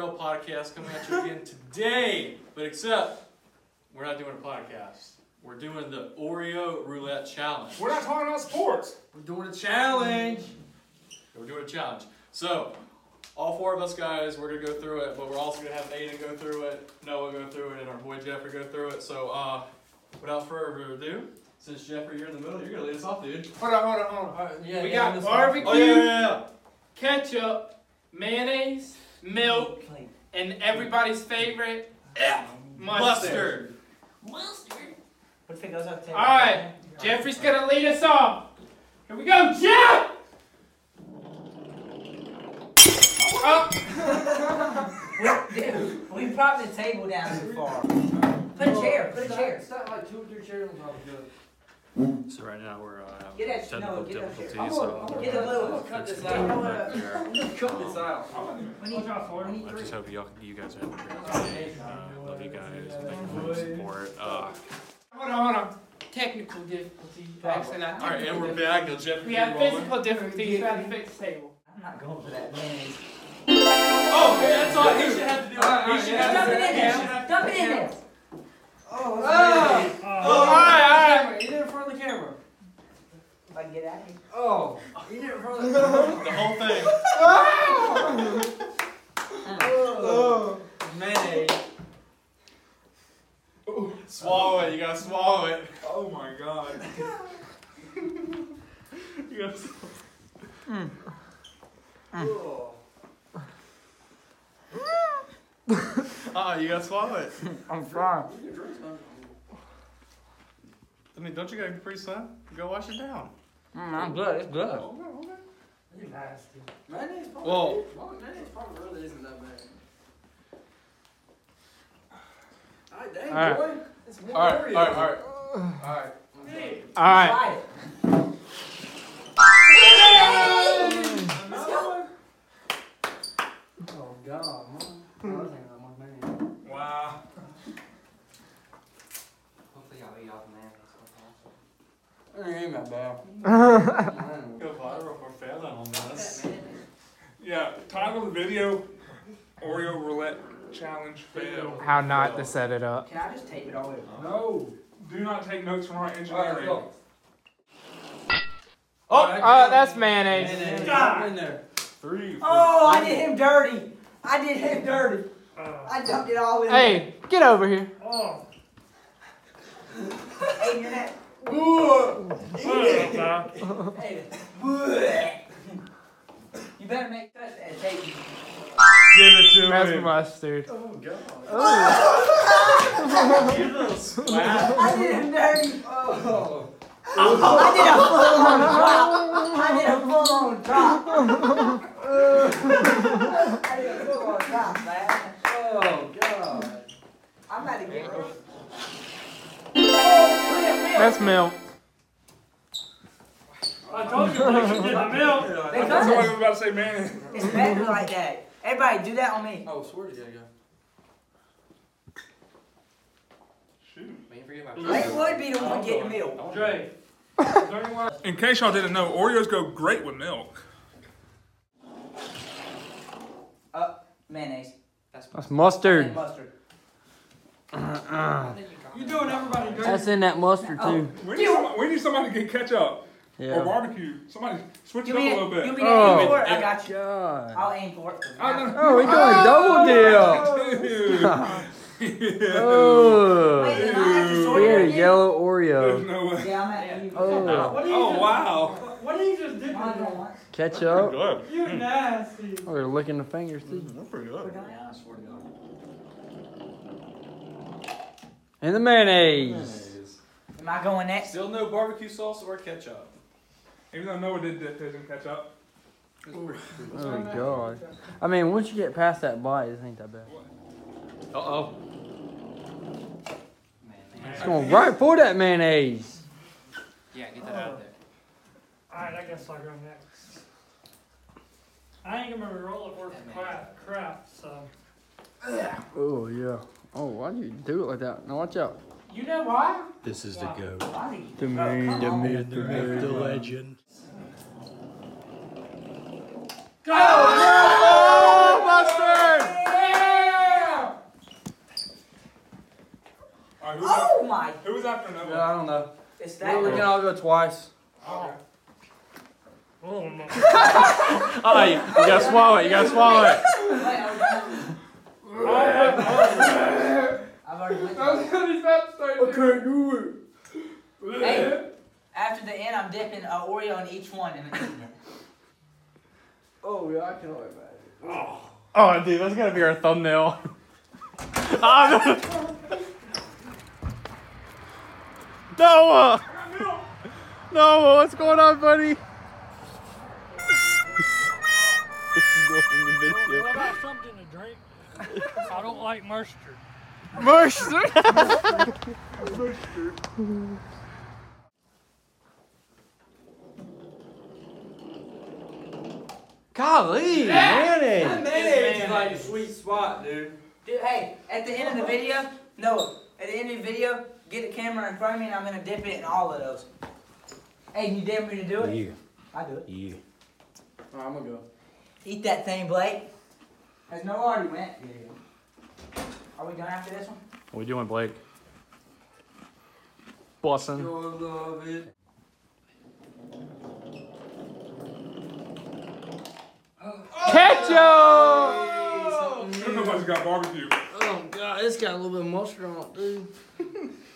podcast coming at you again today, but except we're not doing a podcast. We're doing the Oreo Roulette Challenge. We're not talking about sports. We're doing a challenge. We're doing a challenge. So, all four of us guys, we're gonna go through it, but we're also gonna have Aiden go through it, Noah go through it, and our boy Jeffrey go through it. So, uh, without further ado, since Jeffrey, you're in the middle, you're gonna lead us off, dude. Hold on, hold on, hold on. yeah, we yeah, got this barbecue, Oh yeah, yeah, yeah. ketchup, mayonnaise, milk, and everybody's favorite mustard. Mustard. What if it goes up to? All right. Jeffrey's gonna lead us off. Here we go, Jeff. Oh, We, dude, we propped the table down too far. Put a chair. Put a chair. Stop like two or three chairs on top of each other. So right now we're uh, Get that- technical no, get that shit. difficulties, um, Get Get a little- cut this out. I'm gonna- I'm gonna cut this out. We need, we need I three. just hope y'all, you guys are having a great day. Uh, love you guys. Thank you for the support. Uh, Hold on, hold on. Technical difficulty. Actually, not All right, and we're back. Now Jeffrey, We you're have rolling. physical difficulties trying to fix the table. I'm not going for that mayonnaise. Oh, that's all. He should have to do. it. He should have Dump to it in He should there. have Dump it in there. Oh, Ah. that's all right, all right. He did it in front of the camera. If I can get out of here. Oh, he did it in front of the camera. The whole thing. Oh, man. Swallow it. You gotta swallow it. Oh my god. You gotta swallow Oh. it. Uh-uh, you gotta swallow it. I'm fine. I mean, don't you gotta pretty soon? Go wash it down. I'm good. It's good. Okay, okay. You nasty. Mayonnaise probably, Well- mayonnaise probably really isn't that bad. Alright, dang, All boy. It's one All right, all Oreo. right, all right. All right. Hey. All right. Try it. Another one? Oh, God, man. I was thinking about more mayonnaise. Wow. Hopefully y'all eat off the mayonnaise. It ain't that bad. Go viral for failing on this. Yeah, title of the video Oreo Roulette Challenge Fail. How not to set it up. Can I just tape it all over? No. Do not take notes from our Alright, let's engineering. go. Oh, uh, that's mayonnaise. Mayonnaise. God. Jump in there. Three. Oh, I did him dirty. I did him dirty. Uh, I dumped it all in. get over here. Oh. there. Hey, you're not. Hey. You better make that and take it. Give it to him. mustard. Oh, God. Wow. I did him dirty. Oh. I did a full on drop. I did a full on drop. I did a full on drop, man. Oh, God. I'm about to get real. milk. I told you I should get the milk. They I thought somebody cut was about to say man. it. It's better like that. Everybody, do that on me. Oh, swear to God, yeah. They would be the one getting milk. Dre. In case y'all didn't know, Oreos go great with milk. Uh, mayonnaise. That's mustard. And mustard. You doing everybody good? That's in that mustard too. We need, some, we need somebody to get ketchup or barbecue. Somebody switch it You up a mean you little mean bit. to aim Oh. for it? I got you. God. I'll aim for it. I Oh, we Oh, doing a double deal. Dude. Wait, Oh. did I have to sort We it had a again? yellow There's Oreo. no way. Yeah, I'm at you. Oh. What do you Oh just- wow. Hmm. What do you just did? Mine's to on me? once. Ketchup. Good. You nasty. Oh, they're licking the fingers too. That's pretty good. And the mayonnaise. Am I going next? Still no barbecue sauce or ketchup. Even though Noah did dip his in ketchup. Oh God. I mean, once you get past that bite, it ain't that bad. Uh oh. It's going right for that mayonnaise. Yeah, get that out of there. Alright, I guess I'll go next. I ain't gonna roll it worth crap, crap, so. Oh yeah. Oh, why do you do it like that? Now watch out. You know why? This is the Wow. goat. Why do you- The Oh, man, come the on. myth, the myth, the legend. Go! Oh, mustard! Yeah! Alright, who's, up- Oh my! who was after Noah? Yeah, I don't know. It's that We one. can all go twice. Okay. Oh, my. Oh, you, you gotta swallow it. You gotta swallow it. Wait, I was done. I've already went. through it. do Hey, after the end, I'm dipping an Oreo in each one and eating it. Oh, yeah, I cannot wait, man. Oh, dude, that's gotta be our thumbnail. Ah, no. Noah! Noah, what's going on, buddy? this is going in the video. What about something to drink? I don't like mustard. Golly, Manny. Mayonnaise is like the sweet spot, dude. Dude, hey, at the end of the video, no, at the end of the video, get the camera in front of me and I'm gonna dip it in all of those. Hey, you dare me to do it? I do it. yeah. I'm gonna go. Eat that thing, Blake. There's no argument. Are we done after this one? What we doing, Blake? Bussin'. You'll love it. Ketchup! Oh! Noah's got barbecue. Oh god, it's got a little bit of mustard on it, dude.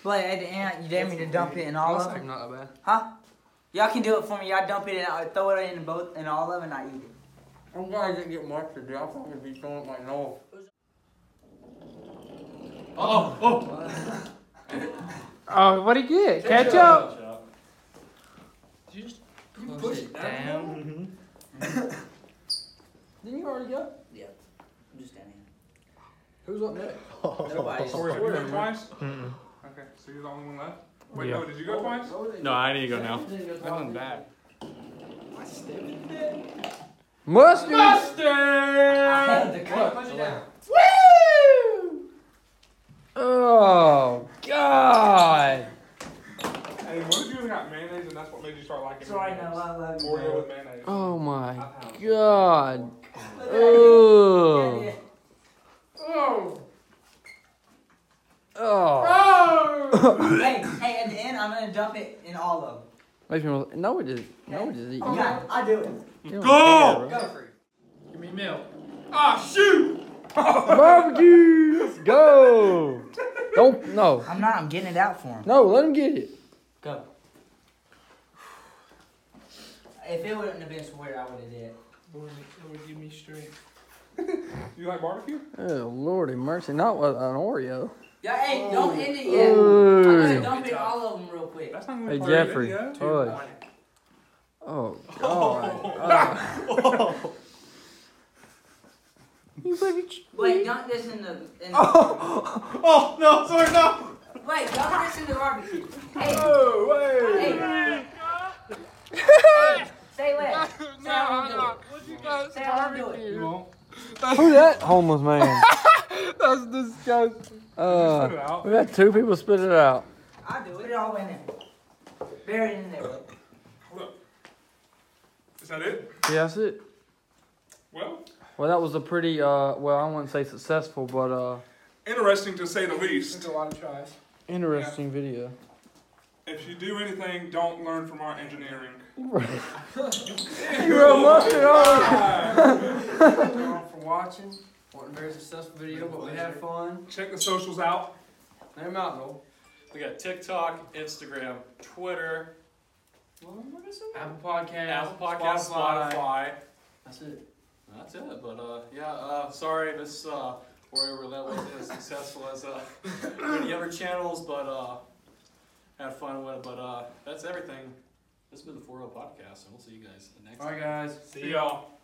Blake, at the end, you dare me to dump it in all of That's them? not that bad. Huh? Y'all can do it for me. Y'all dump it in, I'll throw it in both, in all of them, and I eat it. I'm glad I didn't get mustard, dude. I thought it'd be throwing it like no. Oh, oh. Oh, what'd he get? Ketchup? Push it down. Didn't you already go? I'm just standing here. Who's up next? Nobody's. Oreo, you went twice? Mm-mm. Okay, so you're the only one left? Wait, Yeah. no, did you go twice? Oh, No, I need to go now. I'm back. Mustard! I Mustard! had the cup. Push it down. Woo! Oh Hey, god! what if you got mayonnaise and that's what made you start liking Sorry, no, mayonnaise? I love you. Oreo with mayonnaise. Oh my I pound. god! Look at that. Yeah, Oh! yeah. Oh! Oh! Oh! hey, hey, at the end, I'm gonna dump it in all of them. Makes me want- no, we just no, we just eat. You got it. I do it. Go! Go for it. Give me milk. Ah, shoot! Barbecue! Let's go! Don't no I'm not. I'm getting it out for him. no. Let him get it. Go. If it wouldn't have been square, I would have did. it. Lord, Lord, give me strength. You like barbecue? Oh lordy mercy! Not with an Oreo. Yeah, hey, don't end it yet. I'm gonna Ooh. dump it all of them real quick. That's not even Hey part of the Jeffrey. video. Oh. Oh god. You baby. Wait, dunk this in the. In Oh, no, sorry, no! Wait, dunk this in the barbecue. Hey, Oh, wait! hey, say less. Say I won't do it. What you guys? Say I won't do it. You won't. Who that homeless man? That's disgusting. Put Uh, it out. we got two people spit it out. I do it. Put it all in there. Bury it in there. Look. Is that it? Yeah, that's it. Well, Well, that was a pretty uh. Well, I wouldn't say successful, but uh, interesting to say the least. There's a lot of tries. interesting video. If you do anything, don't learn from our engineering. You're a mustard on. Thank you all for watching. Wasn't a very successful video, but we had fun. Check the socials out. Name out though. We got TikTok, Instagram, Twitter, Apple Podcast. Apple Podcasts, Spotify. That's it. That's it. But uh, yeah, uh, sorry this uh, Warrior Roulette wasn't as successful as uh, any other channels, but uh, had fun with it. But uh, that's everything. This has been the 4 Podcast, oh and we'll see you guys next time. All right, guys. See y'all.